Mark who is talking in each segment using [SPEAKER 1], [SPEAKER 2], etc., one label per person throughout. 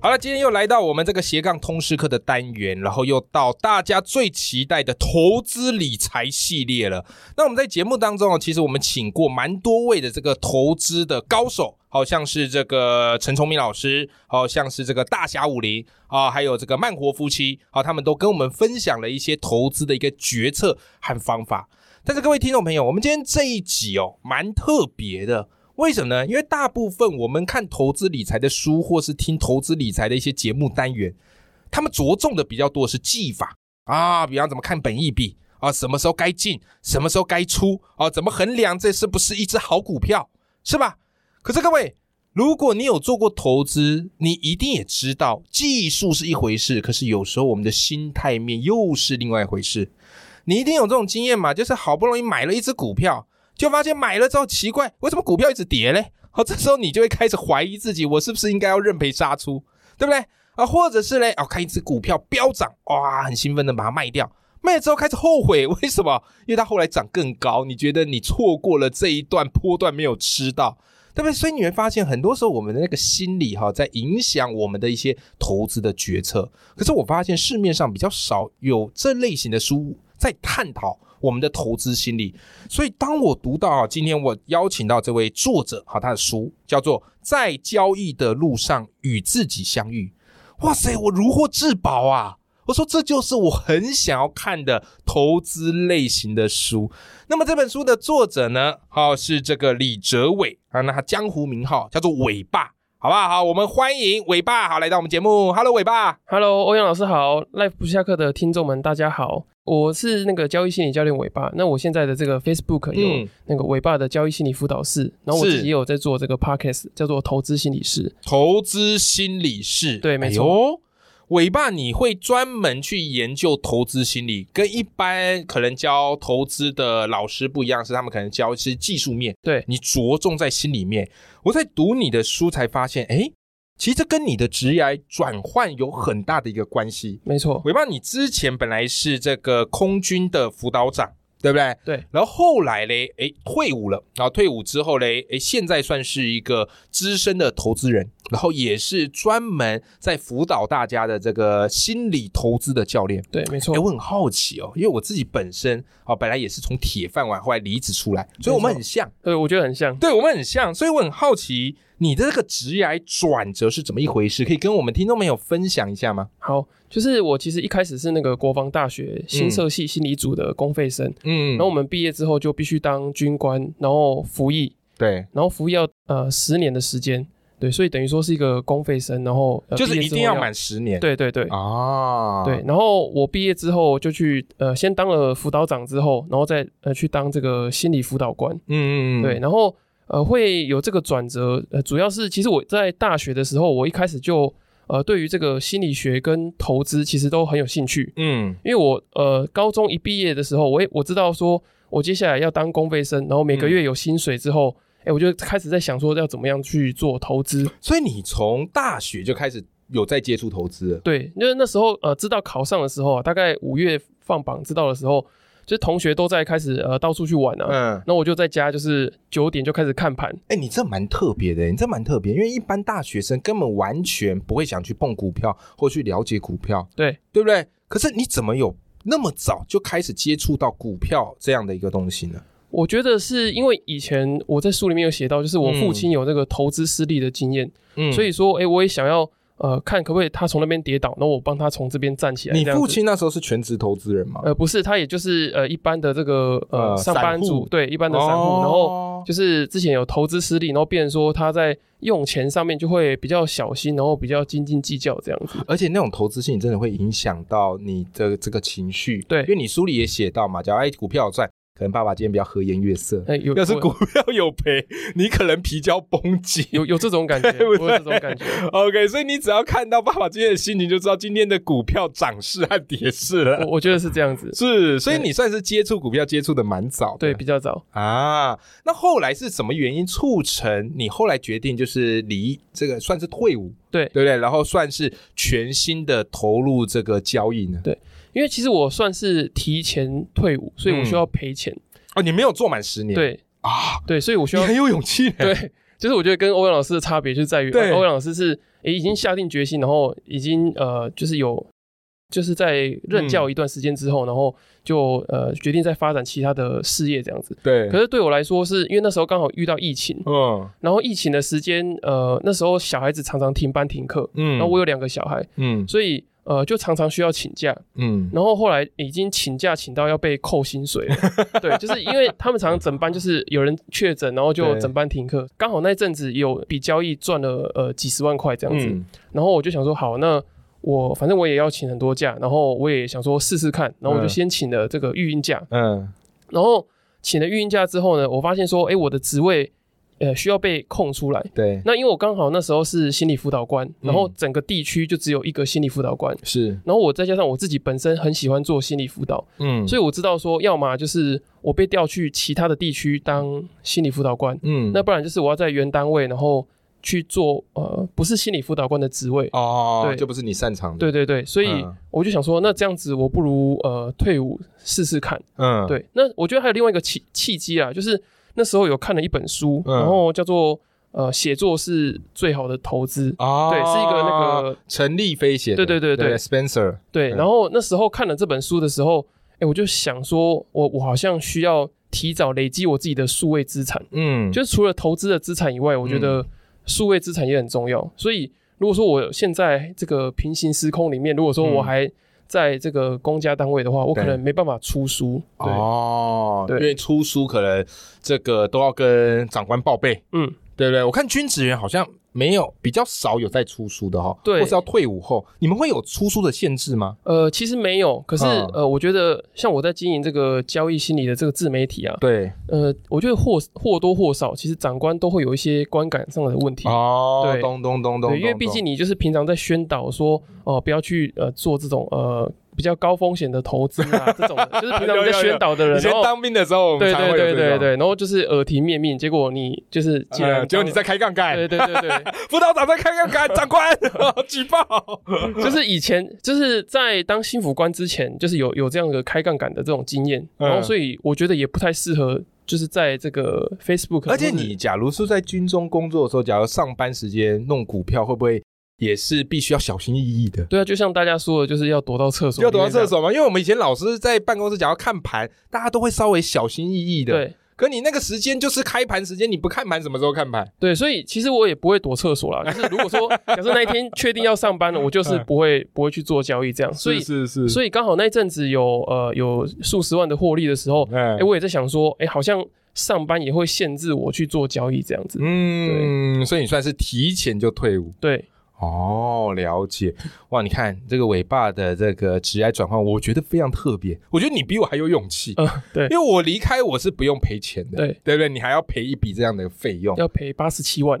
[SPEAKER 1] 好了，今天又来到我们这个斜杠通识课的单元，然后又到大家最期待的投资理财系列了。那我们在节目当中哦，其实我们请过蛮多位的这个投资的高手，好像是这个陈崇明老师，好像是这个大侠武林啊，还有这个慢活夫妻，好，他们都跟我们分享了一些投资的一个决策和方法。但是各位听众朋友，我们今天这一集哦，蛮特别的。为什么呢？因为大部分我们看投资理财的书，或是听投资理财的一些节目单元，他们着重的比较多是技法啊，比方怎么看本益比啊，什么时候该进，什么时候该出啊，怎么衡量这是不是一只好股票，是吧？可是各位，如果你有做过投资，你一定也知道技术是一回事，可是有时候我们的心态面又是另外一回事。你一定有这种经验嘛？就是好不容易买了一只股票，就发现买了之后奇怪，为什么股票一直跌嘞？好，这时候你就会开始怀疑自己，我是不是应该要认赔杀出，对不对？啊，或者是嘞，哦，看一只股票飙涨，哇，很兴奋的把它卖掉，卖了之后开始后悔， 为什么？因为它后来涨更高，你觉得你错过了这一段波段没有吃到，对不对？所以你会发现，很多时候我们的那个心理哈，在影响我们的一些投资的决策。可是我发现市面上比较少有这类型的书在探讨我们的投资心理，所以当我读到啊，今天我邀请到这位作者哈，他的书叫做《在交易的路上与自己相遇》，哇塞，我如获至宝啊！我说这就是我很想要看的投资类型的书。那么这本书的作者呢，好、是这个李哲伟啊，那他江湖名号叫做伟爸，好不好？好，我们欢迎伟爸，好来到我们节目，Hello，伟爸。
[SPEAKER 2] Hello，欧阳老师好，Life 不下课的听众们大家好，我是那个交易心理教练尾巴。那我现在的这个 Facebook
[SPEAKER 1] 嗯
[SPEAKER 2] 有那个尾巴的交易心理辅导室，然后我
[SPEAKER 1] 是
[SPEAKER 2] 自己也有在做这个 Podcast，叫做投资心理师。
[SPEAKER 1] 投资心理室，
[SPEAKER 2] 对没错
[SPEAKER 1] 哎呦。尾爸，你会专门去研究投资心理，跟一般可能教投资的老师不一样，是他们可能教一些技术面，
[SPEAKER 2] 对
[SPEAKER 1] 你着重在心里面。我在读你的书才发现，哎，其实这跟你的职业转换有很大的一个关系。
[SPEAKER 2] 没错，
[SPEAKER 1] 尾爸，你之前本来是这个空军的辅导长，对不对？
[SPEAKER 2] 对。
[SPEAKER 1] 然后后来嘞，哎，退伍了，然后退伍之后嘞，哎，现在算是一个资深的投资人，然后也是专门在辅导大家的这个心理投资的教练。
[SPEAKER 2] 对，没错
[SPEAKER 1] 哎，，我很好奇哦，因为我自己本身啊、哦，本来也是从铁饭碗后来离职出来，所以我们很像，
[SPEAKER 2] 对，我觉得很像。
[SPEAKER 1] 对我们很像，所以我很好奇你的这个职涯转折是怎么一回事，可以跟我们听众朋友分享一下吗？
[SPEAKER 2] 好，就是我其实一开始是那个国防大学新社系心理组的公费生，
[SPEAKER 1] 嗯
[SPEAKER 2] 然后我们毕业之后就必须当军官，然后服役，
[SPEAKER 1] 对，
[SPEAKER 2] 然后服役要呃十年的时间，对，所以等于说是一个公费生，然后、呃、
[SPEAKER 1] 就是
[SPEAKER 2] 毕业
[SPEAKER 1] 一
[SPEAKER 2] 之
[SPEAKER 1] 定
[SPEAKER 2] 后
[SPEAKER 1] 要
[SPEAKER 2] 要
[SPEAKER 1] 满十年，
[SPEAKER 2] 对对对，
[SPEAKER 1] 啊，
[SPEAKER 2] 对，，然后我毕业之后就去呃，先当了辅导长之后，然后再呃去当这个心理辅导官。
[SPEAKER 1] 嗯嗯，嗯
[SPEAKER 2] 对，，然后呃会有这个转折，呃主要是其实我在大学的时候，我一开始就呃对于这个心理学跟投资其实都很有兴趣，
[SPEAKER 1] 嗯
[SPEAKER 2] 因为我呃高中一毕业的时候，我也我知道说我接下来要当公费生，然后每个
[SPEAKER 1] 嗯
[SPEAKER 2] 月有薪水之后，哎、我就开始在想说要怎么样去做投资。
[SPEAKER 1] 所以你从大学就开始有在接触投资了，
[SPEAKER 2] 对，因为那时候呃，知道考上的时候啊，大概五月放榜知道的时候，就是同学都在开始呃到处去玩啊。
[SPEAKER 1] 嗯，
[SPEAKER 2] 那、我就在家，就是九点就开始看盘。
[SPEAKER 1] 哎、你这蛮特别的，你这蛮特别，因为一般大学生根本完全不会想去碰股票或去了解股票，
[SPEAKER 2] 对，
[SPEAKER 1] 对不对？可是你怎么有那么早就开始接触到股票这样的一个东西呢？
[SPEAKER 2] 我觉得是因为以前我在书里面有写到，就是我父亲有那个投资失利的经验，
[SPEAKER 1] 嗯
[SPEAKER 2] 所以说，哎、我也想要呃看可不可以他从那边跌倒，然后我帮他从这边站起来。
[SPEAKER 1] 你
[SPEAKER 2] 这样
[SPEAKER 1] 父
[SPEAKER 2] 子
[SPEAKER 1] 亲那时候是全职投资人吗？
[SPEAKER 2] 呃不是，他也就是呃一般的这个呃
[SPEAKER 1] 呃
[SPEAKER 2] 上班
[SPEAKER 1] 散
[SPEAKER 2] 族
[SPEAKER 1] 户，哦
[SPEAKER 2] 对一般的散户，然后
[SPEAKER 1] 后
[SPEAKER 2] 就是之前有投资失利，然后变成说他在用钱上面就会比较小心，然后比较斤斤计较这样 子。
[SPEAKER 1] 而且那种投资性真的会影响到你的这个情绪，
[SPEAKER 2] 对
[SPEAKER 1] 因为你书里也写到嘛，假如哎股票有赚，可能爸爸今天不要和颜悦色。
[SPEAKER 2] 哎，有
[SPEAKER 1] 要是
[SPEAKER 2] 我
[SPEAKER 1] 股票有赔，你可能皮胶绷紧。
[SPEAKER 2] 有有这种感觉，
[SPEAKER 1] 对不对
[SPEAKER 2] 我有这种感觉。
[SPEAKER 1] OK，所以你只要看到爸爸今天的心情，就知道今天的股票涨势和跌势了。
[SPEAKER 2] 我我觉得是这 样子，
[SPEAKER 1] 是，所以你算是接触股票接触的蛮早的。
[SPEAKER 2] 对，比较早。
[SPEAKER 1] 啊，那后来是什么原因促成你后来决定就是离这个算是退伍，
[SPEAKER 2] 对，
[SPEAKER 1] 对不对？然后算是全新的投入这个交易呢？
[SPEAKER 2] 因为其实我算是提前退伍，所以
[SPEAKER 1] 嗯
[SPEAKER 2] 我需要赔钱。
[SPEAKER 1] 哦，你没有做满十年，
[SPEAKER 2] 对
[SPEAKER 1] 啊，
[SPEAKER 2] 对，所以我需
[SPEAKER 1] 你
[SPEAKER 2] 要
[SPEAKER 1] 很有勇气呢。
[SPEAKER 2] 对，就是我觉得跟欧阳老师的差别就在于，
[SPEAKER 1] 对
[SPEAKER 2] 呃欧阳老师是诶已经下定决心，然后已经呃就是有就是在任
[SPEAKER 1] 嗯
[SPEAKER 2] 教一段时间之后，然后就呃决定再发展其他的事业这样子。
[SPEAKER 1] 对，
[SPEAKER 2] 可是对我来说是，因为那时候刚好遇到疫情，
[SPEAKER 1] 嗯
[SPEAKER 2] 然后疫情的时间，呃，那时候小孩子常常停班停课，
[SPEAKER 1] 嗯，
[SPEAKER 2] 然后我有两个小孩，
[SPEAKER 1] 嗯
[SPEAKER 2] 所以呃就常常需要请假，
[SPEAKER 1] 嗯
[SPEAKER 2] 然后后来已经请假请到要被扣薪水了，对，就是因为他们常常整班就是有人确诊，然后就
[SPEAKER 1] 对
[SPEAKER 2] 整班停课，刚好那一阵子有比交易赚了呃几十万块这样子，
[SPEAKER 1] 嗯
[SPEAKER 2] 然后我就想说好，那我反正我也要请很多假，然后我也想说试试看，然后我就
[SPEAKER 1] 嗯
[SPEAKER 2] 先请了这个育婴假，
[SPEAKER 1] 嗯
[SPEAKER 2] 然后请了育婴假之后呢，我发现说，哎，我的职位呃需要被空出来。
[SPEAKER 1] 对，
[SPEAKER 2] 那因为我刚好那时候是心理辅导官，然后整个地区就只有一个心理辅导官，
[SPEAKER 1] 是，
[SPEAKER 2] 然后我再加上我自己本身很喜欢做心理辅导，
[SPEAKER 1] 嗯，
[SPEAKER 2] 所以我知道说，要么就是我被调去其他的地区当心理辅导官，
[SPEAKER 1] 嗯，
[SPEAKER 2] 那不然就是我要在原单位，然后去做呃不是心理辅导官的职位。
[SPEAKER 1] 哦，
[SPEAKER 2] 对
[SPEAKER 1] 就不是你擅长的，
[SPEAKER 2] 对对对，所以
[SPEAKER 1] 嗯
[SPEAKER 2] 我就想说，那这样子我不如呃退伍试试看。
[SPEAKER 1] 嗯，
[SPEAKER 2] 对，那我觉得还有另外一个契契机啊，就是那时候有看了一本书，
[SPEAKER 1] 嗯
[SPEAKER 2] 然后叫做呃写作是最好的投资。
[SPEAKER 1] 哦，
[SPEAKER 2] 对，是一个那个
[SPEAKER 1] 陈立飞写的，
[SPEAKER 2] 对对对对
[SPEAKER 1] ，Spencer，
[SPEAKER 2] 对，
[SPEAKER 1] 嗯
[SPEAKER 2] 然后那时候看了这本书的时候，哎，我就想说，我我好像需要提早累积我自己的数位资产，
[SPEAKER 1] 嗯，
[SPEAKER 2] 就是除了投资的资产以外，我觉得数位资产也很重要。所以如果说我现在这个平行时空里面，如果说我
[SPEAKER 1] 嗯
[SPEAKER 2] 还在这个公家单位的话，我可
[SPEAKER 1] 对
[SPEAKER 2] 能没办法出书。对，
[SPEAKER 1] 哦，
[SPEAKER 2] 对
[SPEAKER 1] 因为出书可能这个都要跟长官报备，
[SPEAKER 2] 嗯，
[SPEAKER 1] 对不对？我看军职员好像没有比较少有在出书的哈、哦，
[SPEAKER 2] 对
[SPEAKER 1] 或是要退伍后，你们会有出书的限制吗？
[SPEAKER 2] 呃，其实没有，可是、
[SPEAKER 1] 嗯
[SPEAKER 2] 呃，我觉得像我在经营这个交易心理的这个自媒体啊，
[SPEAKER 1] 对，
[SPEAKER 2] 呃，我觉得或或多或少，其实长官都会有一些观感上的问题。
[SPEAKER 1] 哦，
[SPEAKER 2] 对
[SPEAKER 1] 咚咚咚咚
[SPEAKER 2] 对，因为毕竟你就是平常在宣导说，哦、不要去呃做这种呃比较高风险的投资啊，这种的就是 平常我们在宣导的人，
[SPEAKER 1] 以前
[SPEAKER 2] 然后
[SPEAKER 1] 当兵的时候，我们
[SPEAKER 2] 对
[SPEAKER 1] 常会
[SPEAKER 2] 对
[SPEAKER 1] 有
[SPEAKER 2] 对
[SPEAKER 1] 这
[SPEAKER 2] 对
[SPEAKER 1] 种。
[SPEAKER 2] 对，然后就是耳提面命，结果你就是既然、
[SPEAKER 1] 呃，结果你在开杠杆，
[SPEAKER 2] 对对对对，
[SPEAKER 1] 辅导长在开杠杆，长官 举报。
[SPEAKER 2] 就是以前就是在当幸福官之前，就是有有这样的开杠杆的这种经验，
[SPEAKER 1] 嗯
[SPEAKER 2] 然后所以我觉得也不太适合，就是在这个 Facebook，
[SPEAKER 1] 而且
[SPEAKER 2] 或者
[SPEAKER 1] 你假如是在军中工作的时候，假如上班时间弄股票，会不会也是必须要小心翼翼的？
[SPEAKER 2] 对啊，就像大家说的，就是要躲到厕所，
[SPEAKER 1] 要躲到厕，所吗？因为我们以前老师在办公室，假如看盘，大家都会稍微小心翼翼的。，
[SPEAKER 2] 对
[SPEAKER 1] 可你那个时间就是开盘时间，你不看盘什么时候看盘？
[SPEAKER 2] 对，所以其实我也不会躲厕所啦，就是如 果说假设那一天确定要上班了，我就是不会不会去做交易这样，所以
[SPEAKER 1] 嗯是是
[SPEAKER 2] 所以刚好那一阵子有呃有数十万的获利的时候，
[SPEAKER 1] 哎
[SPEAKER 2] 哎、我也在想说，哎、好像上班也会限制我去做交易这样子。
[SPEAKER 1] 嗯，所以你算是提前就退伍
[SPEAKER 2] 对，
[SPEAKER 1] 哦，了解哇！你看这个尾巴的这个职业转换，我觉得非常特别。我觉得你比我还有勇气，
[SPEAKER 2] 嗯、对，
[SPEAKER 1] 因为我离开我是不用赔钱的，
[SPEAKER 2] 对
[SPEAKER 1] 呃对不对？你还要赔一笔这样的费用。
[SPEAKER 2] 要赔八十七万。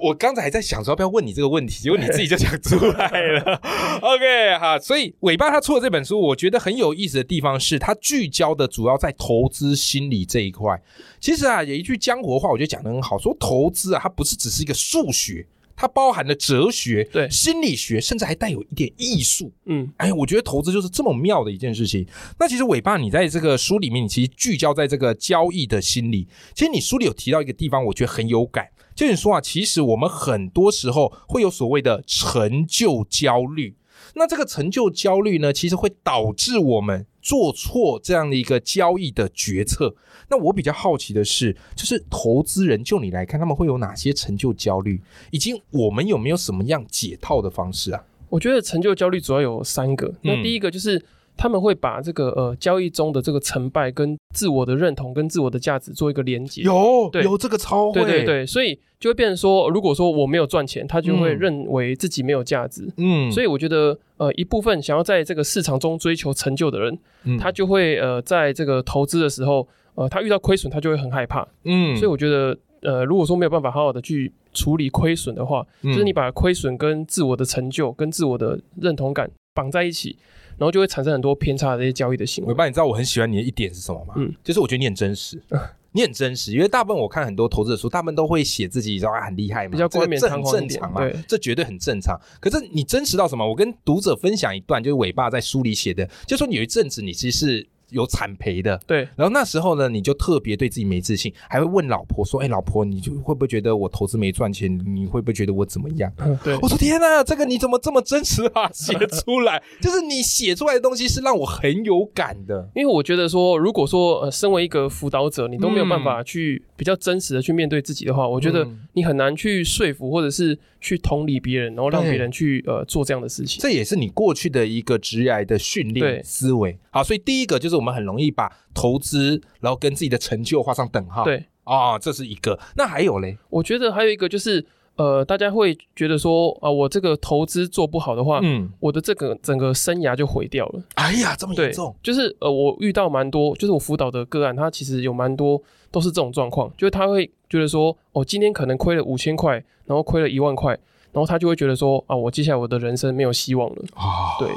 [SPEAKER 1] 我刚才还在想说要不要问你这个问题，结果你自己就想出来了。OK，哈，所以尾巴他出了这本书，我觉得很有意思的地方是，他聚焦的主要在投资心理这一块。其实啊，有一句江湖话，我觉得讲的很好，说投资啊，它不是只是一个数学，它包含了哲学、
[SPEAKER 2] 对
[SPEAKER 1] 心理学，甚至还带有一点艺术。
[SPEAKER 2] 嗯，
[SPEAKER 1] 哎，我觉得投资就是这么妙的一件事情。那其实尾巴，你在这个书里面，你其实聚焦在这个交易的心理。其实你书里有提到一个地方，我觉得很有感，就是你说啊，其实我们很多时候会有所谓的成就焦虑。那这个成就焦虑呢，其实会导致我们做错这样的一个交易的决策。那我比较好奇的是，就是投资人就你来看，他们会有哪些成就焦虑，以及我们有没有什么样解套的方式啊？
[SPEAKER 2] 我觉得成就焦虑主要有三个。那
[SPEAKER 1] 嗯
[SPEAKER 2] 第一个就是他们会把这个呃交易中的这个成败跟自我的认同跟自我的价值做一个连接。
[SPEAKER 1] 有
[SPEAKER 2] 对
[SPEAKER 1] 有这个超会，
[SPEAKER 2] 对对，对，所以就会变成说，如果说我没有赚钱，他就会
[SPEAKER 1] 嗯
[SPEAKER 2] 认为自己没有价值。
[SPEAKER 1] 嗯，
[SPEAKER 2] 所
[SPEAKER 1] 以
[SPEAKER 2] 以我觉得，呃，一部分想要在这个市场中追求成就的人，
[SPEAKER 1] 嗯
[SPEAKER 2] 他就会呃，在这个投资的时候，呃，他遇到亏损，他就会很害怕。
[SPEAKER 1] 嗯，
[SPEAKER 2] 所以我觉得，呃，如果说没有办法好好的去处理亏损的话，
[SPEAKER 1] 以
[SPEAKER 2] 就是你把亏损跟自我的成就跟自我的认同感绑在一起，然后就会产生很多偏差的这些交易的行
[SPEAKER 1] 尾
[SPEAKER 2] 为。
[SPEAKER 1] 巴，你知道我很喜欢你的一点是什么吗？
[SPEAKER 2] 嗯
[SPEAKER 1] 就是我觉得你很真 实，你很真实，因为大部分我看很多投资的书，大部分都会写自己，然后啊很厉害嘛，
[SPEAKER 2] 比较
[SPEAKER 1] 这个
[SPEAKER 2] 冠冕
[SPEAKER 1] 这
[SPEAKER 2] 堂
[SPEAKER 1] 很
[SPEAKER 2] 皇一
[SPEAKER 1] 正
[SPEAKER 2] 点
[SPEAKER 1] 常嘛
[SPEAKER 2] 对，
[SPEAKER 1] 这绝对很正常。可是你真实到什么？我跟读者分享一段，就是尾巴在书里写的，就说你有一阵子你其实是有产赔的，
[SPEAKER 2] 对，
[SPEAKER 1] 然后那时候呢，你就特别对自己没自信，还会问老婆说：“哎，老婆，你就会不会觉得我投资没赚钱？你会不会觉得我怎么样？”
[SPEAKER 2] 嗯对，
[SPEAKER 1] 我说天哪，这个你怎么这么真实啊？写出 来，就是你写出来的东西是让我很有感的。
[SPEAKER 2] 因为我觉得说，如果说呃，身为一个辅导者，你都没有
[SPEAKER 1] 嗯
[SPEAKER 2] 办法去比较真实的去面对自己的话，我觉得
[SPEAKER 1] 嗯
[SPEAKER 2] 你很难去说服或者是去同理别人，然后让
[SPEAKER 1] 对
[SPEAKER 2] 别人去呃做这样的事情。
[SPEAKER 1] 这也是你过去的一个职业的训练
[SPEAKER 2] 对
[SPEAKER 1] 思维。好，所以第一个就是我们很容易把投资，然后跟自己的成就画上等号。
[SPEAKER 2] 对，
[SPEAKER 1] 啊、这是一个。那还有嘞，
[SPEAKER 2] 我觉得还有一个就是，呃，大家会觉得说，啊、我这个投资做不好的话，
[SPEAKER 1] 嗯，
[SPEAKER 2] 我的这个整个生涯就毁掉了。
[SPEAKER 1] 哎呀，这么
[SPEAKER 2] 对
[SPEAKER 1] 严重，，
[SPEAKER 2] 就是呃，我遇到蛮多，就是我辅导的个案，他其实有蛮多都是这种状况，就是他会觉得说，哦，今天可能亏了五千块，然后亏了一万块，然后他就会觉得说，啊，我接下来我的人生没有希望了。
[SPEAKER 1] 啊
[SPEAKER 2] 对，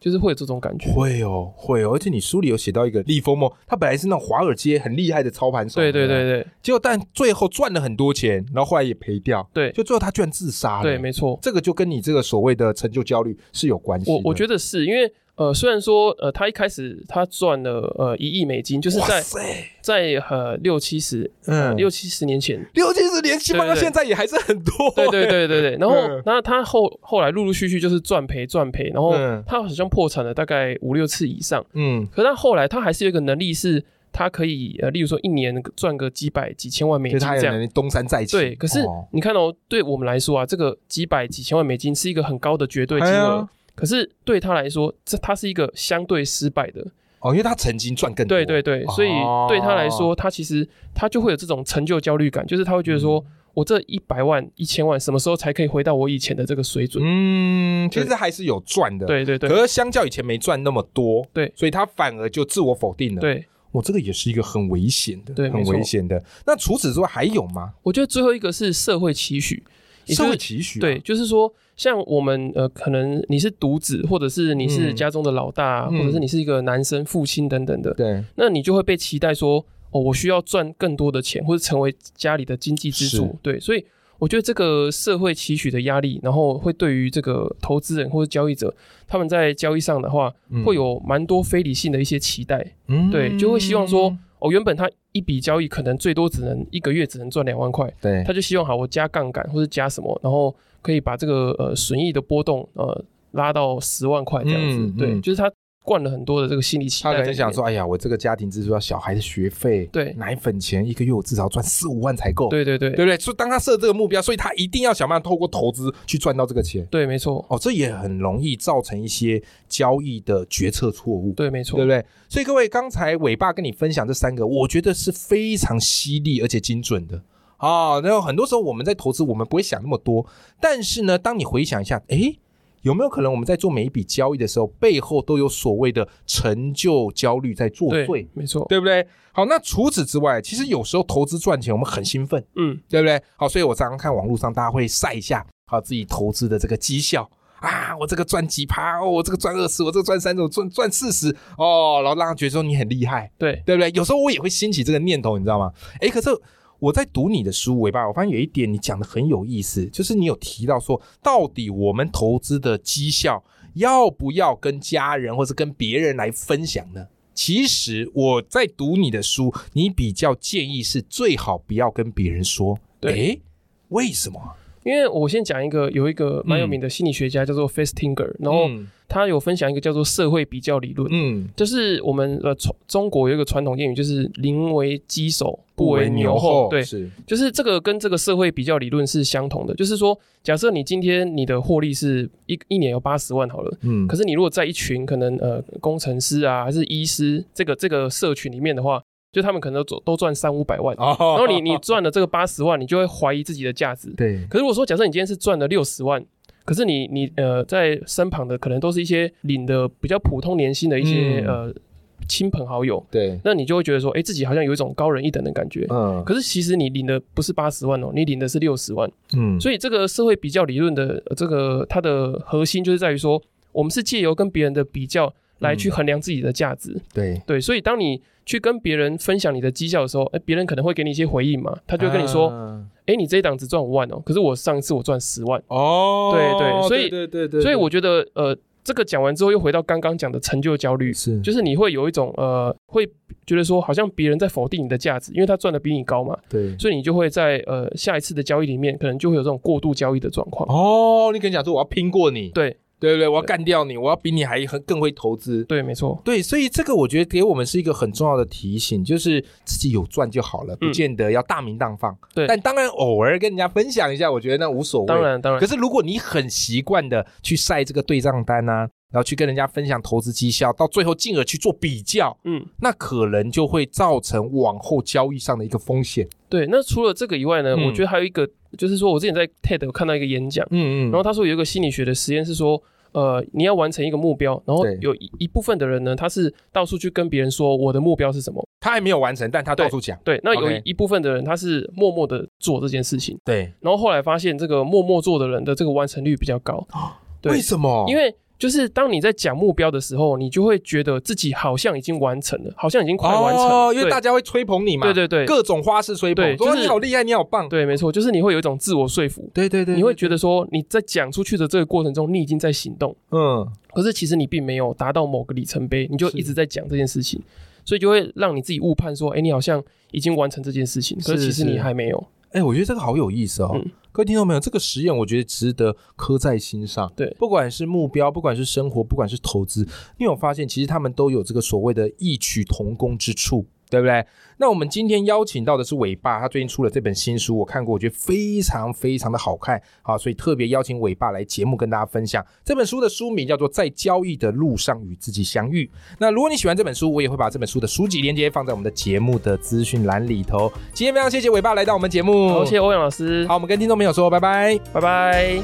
[SPEAKER 2] 就是会有这种感觉。
[SPEAKER 1] 会哦，会哦，而且你书里有写到一个利丰哦，他本来是那种华尔街很厉害的操盘手，
[SPEAKER 2] 对对
[SPEAKER 1] 不，
[SPEAKER 2] 对对
[SPEAKER 1] 结果但最后赚了很多钱，然后后来也赔掉，
[SPEAKER 2] 对
[SPEAKER 1] 就最后他居然自杀了，欸
[SPEAKER 2] 对，没错。
[SPEAKER 1] 这个就跟你这个所谓的成就焦虑是有关系的。
[SPEAKER 2] 我我觉得是因为呃，虽然说呃，他一开始他赚了呃一亿美金，就是
[SPEAKER 1] 哇
[SPEAKER 2] 在
[SPEAKER 1] 塞，
[SPEAKER 2] 在呃六七十
[SPEAKER 1] 嗯，
[SPEAKER 2] 六七十年前，
[SPEAKER 1] 六七十年，起码到
[SPEAKER 2] 对对
[SPEAKER 1] 现在也还是很多、
[SPEAKER 2] 对对对对对。然后
[SPEAKER 1] 嗯
[SPEAKER 2] 那他后后来陆陆续续就是赚赔赚赔，然后
[SPEAKER 1] 嗯
[SPEAKER 2] 他好像破产了大概五六次以上。
[SPEAKER 1] 嗯，
[SPEAKER 2] 可是他后来他还是有一个能力是。他可以呃，例如说一年赚个几百几千万美
[SPEAKER 1] 就
[SPEAKER 2] 金
[SPEAKER 1] 他有
[SPEAKER 2] 这样，
[SPEAKER 1] 能力东山再起。
[SPEAKER 2] 对，可是
[SPEAKER 1] 哦
[SPEAKER 2] 你看哦，对我们来说啊，这个几百几千万美金是一个很高的绝对金啊
[SPEAKER 1] 哎
[SPEAKER 2] 额
[SPEAKER 1] 呀，
[SPEAKER 2] 可是对他来说，这他是一个相对失败的，
[SPEAKER 1] 哦，因为他曾经赚更多。
[SPEAKER 2] 对对对，所以
[SPEAKER 1] 哦
[SPEAKER 2] 对他来说，他其实他就会有这种成就焦虑感，就是他会觉得说
[SPEAKER 1] 嗯
[SPEAKER 2] 我这一百万、一千万什么时候才可以回到我以前的这个水准？
[SPEAKER 1] 嗯，其
[SPEAKER 2] 对
[SPEAKER 1] 实还是有赚的。，
[SPEAKER 2] 对对对
[SPEAKER 1] 可是相较以前没赚那么多，
[SPEAKER 2] 对
[SPEAKER 1] 所以他反而就自我否定了。，
[SPEAKER 2] 对，
[SPEAKER 1] 我这个也是一个很危险的，
[SPEAKER 2] 对
[SPEAKER 1] 很
[SPEAKER 2] 没错
[SPEAKER 1] 危险的。那除此之外还有吗？
[SPEAKER 2] 我觉得最后一个是社会期许，也
[SPEAKER 1] 社
[SPEAKER 2] 就
[SPEAKER 1] 会
[SPEAKER 2] 是
[SPEAKER 1] 期许、啊
[SPEAKER 2] 对，，就是说，像我们呃，可能你是独子，或者是你是
[SPEAKER 1] 嗯
[SPEAKER 2] 家中的老大，
[SPEAKER 1] 嗯
[SPEAKER 2] 或者是你是一个男生父亲等等的，
[SPEAKER 1] 对，
[SPEAKER 2] 那你就会被期待说，哦，我需要赚更多的钱，或者成为家里的经济支
[SPEAKER 1] 是
[SPEAKER 2] 柱。对，所以我觉得这个社会期许的压力，然后会对于这个投资人或者交易者，他们在交易上的话，
[SPEAKER 1] 嗯
[SPEAKER 2] 会有蛮多非理性的一些期待。
[SPEAKER 1] 嗯
[SPEAKER 2] 对就会希望说，哦，原本他一笔交易可能最多只能一个月只能赚两万块，
[SPEAKER 1] 对，
[SPEAKER 2] 他就希望好我加杠杆或者加什么，然后可以把这个呃损益的波动呃拉到十万块这样子。
[SPEAKER 1] 嗯
[SPEAKER 2] 对，
[SPEAKER 1] 嗯
[SPEAKER 2] 就是他灌了很多的这个心理期
[SPEAKER 1] 他
[SPEAKER 2] 待
[SPEAKER 1] 可
[SPEAKER 2] 在里面。
[SPEAKER 1] 能想说，哎呀，我这个家庭支出要小孩的学费，
[SPEAKER 2] 对
[SPEAKER 1] 奶粉钱一个月我至少赚四五万才够。
[SPEAKER 2] 对对对
[SPEAKER 1] 对不对？所以当他设这个目标，所以他一定要想办法透过投资去赚到这个钱。
[SPEAKER 2] 对，没错，
[SPEAKER 1] 哦，这也很容易造成一些交易的决策错误，
[SPEAKER 2] 对，没错，
[SPEAKER 1] 对不对？所以各位，刚才伟爸跟你分享这三个，我觉得是非常犀利而且精准的。啊、然后很多时候我们在投资，我们不会想那么多，但是呢，当你回想一下，诶，有没有可能我们在做每一笔交易的时候，背后都有所谓的成就焦虑在作
[SPEAKER 2] 对，
[SPEAKER 1] 祟，
[SPEAKER 2] 没错，
[SPEAKER 1] 对不对？好，那除此之外，其实有时候投资赚钱，我们很兴奋，
[SPEAKER 2] 嗯，
[SPEAKER 1] 对不对？好，所以我常常看网络上大家会晒一下啊自己投资的这个绩效啊，我这个赚几趴哦，我这个赚二十，我这个赚三十，我赚赚四十哦，然后让他觉得说你很厉害，
[SPEAKER 2] 对，
[SPEAKER 1] 对不对？有时候我也会兴起这个念头，你知道吗？诶，可是我在读你的书尾巴，我发现有一点你讲的很有意思，就是你有提到说，到底我们投资的绩效要不要跟家人或是跟别人来分享呢？其实我在读你的书，你比较建议是最好不要跟别人说。
[SPEAKER 2] 对
[SPEAKER 1] 诶，为什么啊？
[SPEAKER 2] 因为我先讲一个，有一个蛮有名的心理学家叫做 Festinger，然后
[SPEAKER 1] 嗯
[SPEAKER 2] 他有分享一个叫做社会比较理论，
[SPEAKER 1] 嗯，
[SPEAKER 2] 就是我们呃中中国有一个传统谚语，就是宁为鸡首不为牛后，对，
[SPEAKER 1] 是，
[SPEAKER 2] 就是这个跟这个社会比较理论是相同的，就是说，假设你今天你的获利是一一年有八十万好了，
[SPEAKER 1] 嗯
[SPEAKER 2] 可是你如果在一群可能呃工程师啊还是医师这个这个社群里面的话，就他们可能都都赚三五百万，
[SPEAKER 1] 哦，
[SPEAKER 2] 然后你你赚了这个八十万，你就会怀疑自己的价值。
[SPEAKER 1] 对，
[SPEAKER 2] 可是如果说假设你今天是赚了六十万，可是你你呃在身旁的可能都是一些领的比较普通年薪的一些、
[SPEAKER 1] 嗯
[SPEAKER 2] 呃亲朋好友，
[SPEAKER 1] 对，
[SPEAKER 2] 那你就会觉得说，哎、自己好像有一种高人一等的感觉。
[SPEAKER 1] 嗯
[SPEAKER 2] 可是其实你领的不是八十万哦，你领的是六十万。
[SPEAKER 1] 嗯，
[SPEAKER 2] 所以这个社会比较理论的呃这个它的核心就是在于说，我们是借由跟别人的比较
[SPEAKER 1] 嗯
[SPEAKER 2] 来去衡量自己的价值。
[SPEAKER 1] 对，
[SPEAKER 2] 对，所以当你去跟别人分享你的绩效的时候，哎，别人可能会给你一些回应嘛，他
[SPEAKER 1] 他
[SPEAKER 2] 就会跟你
[SPEAKER 1] 啊
[SPEAKER 2] 说，哎、你这一档只赚五万哦，可是我上一次我赚十万，
[SPEAKER 1] 哦，
[SPEAKER 2] 对对所以
[SPEAKER 1] 对对对，
[SPEAKER 2] 所以我觉得呃，这个讲完之后又回到刚刚讲的成就焦虑
[SPEAKER 1] 对。是
[SPEAKER 2] 就是你会有一种呃，会觉得说好像别人在否定你的价值，因为他赚的比你高嘛，
[SPEAKER 1] 对。
[SPEAKER 2] 所以你就会在呃下一次的交易里面，可能就会有这种过度交易的状况。
[SPEAKER 1] 哦，你跟你讲说我要拼过你，
[SPEAKER 2] 对
[SPEAKER 1] 对不对？我要
[SPEAKER 2] 对
[SPEAKER 1] 干掉你，我要比你还很更会投资。
[SPEAKER 2] 对，没错，
[SPEAKER 1] 对，所以这个我觉得给我们是一个很重要的提醒，就是自己有赚就好了，不
[SPEAKER 2] 嗯
[SPEAKER 1] 见得要大名大放。
[SPEAKER 2] 对
[SPEAKER 1] 但当然偶尔跟人家分享一下，我觉得那无所谓。
[SPEAKER 2] 当然当然
[SPEAKER 1] 可，是如果你很习惯的去晒这个对账单啊，然后去跟人家分享投资绩效，到最后进而去做比较，
[SPEAKER 2] 嗯，
[SPEAKER 1] 那可能就会造成往后交易上的一个风险。
[SPEAKER 2] 对。那除了这个以外呢，
[SPEAKER 1] 嗯
[SPEAKER 2] 我觉得还有一个，就是说我之前在 TED 有看到一个演讲，
[SPEAKER 1] 嗯
[SPEAKER 2] 然后他说有一个心理学的实验是说。呃，你要完成一个目标，然后
[SPEAKER 1] 对
[SPEAKER 2] 有一一部分的人呢，他是到处去跟别人说我的目标是什么，
[SPEAKER 1] 他还没有完成，但他
[SPEAKER 2] 对
[SPEAKER 1] 到处讲。
[SPEAKER 2] 对。那有
[SPEAKER 1] OK
[SPEAKER 2] 一一部分的人，他是默默的做这件事情，
[SPEAKER 1] 对，
[SPEAKER 2] 然后后来发现这个默默做的人的这个完成率比较高，对
[SPEAKER 1] 为什么？
[SPEAKER 2] 因
[SPEAKER 1] 为
[SPEAKER 2] 为就是当你在讲目标的时候，你就会觉得自己好像已经完成了，好像已经快完成了，
[SPEAKER 1] 哦，因为
[SPEAKER 2] 对
[SPEAKER 1] 大家会吹捧你嘛，
[SPEAKER 2] 对对对
[SPEAKER 1] 各种花式吹捧，
[SPEAKER 2] 对
[SPEAKER 1] 说
[SPEAKER 2] 就是
[SPEAKER 1] 你好厉害，你好棒。
[SPEAKER 2] 对，没错，就是你会有一种自我说服，
[SPEAKER 1] 对对对
[SPEAKER 2] 你会觉得说你在讲出去的这个过程中，你已经在行动，
[SPEAKER 1] 嗯，
[SPEAKER 2] 可是其实你并没有达到某个里程碑，你就是一直在讲这件事情，所以就会让你自己误判说，哎，你好像已经完成这件事情，可
[SPEAKER 1] 是
[SPEAKER 2] 是其实你
[SPEAKER 1] 是
[SPEAKER 2] 还没有。
[SPEAKER 1] 哎、我觉得这个好有意思哦。
[SPEAKER 2] 嗯
[SPEAKER 1] 各位听众朋友，这个实验我觉得值得刻在心上。
[SPEAKER 2] 对
[SPEAKER 1] 不管是目标，不管是生活，不管是投资，你有发现其实他们都有这个所谓的异曲同工之处，对不对？那我们今天邀请到的是伟爸，他最近出了这本新书，我看过，我觉得非常非常的好看啊，所以特别邀请伟爸来节目跟大家分享这本书的书名叫做《在交易的路上与自己相遇》。那如果你喜欢这本书，我也会把这本书的书籍链接放在我们的节目的资讯栏里头。今天非常谢谢伟爸来到我们节目，
[SPEAKER 2] 好，谢谢欧阳老师，
[SPEAKER 1] 好，我们跟听众朋友说拜拜。
[SPEAKER 2] 拜拜。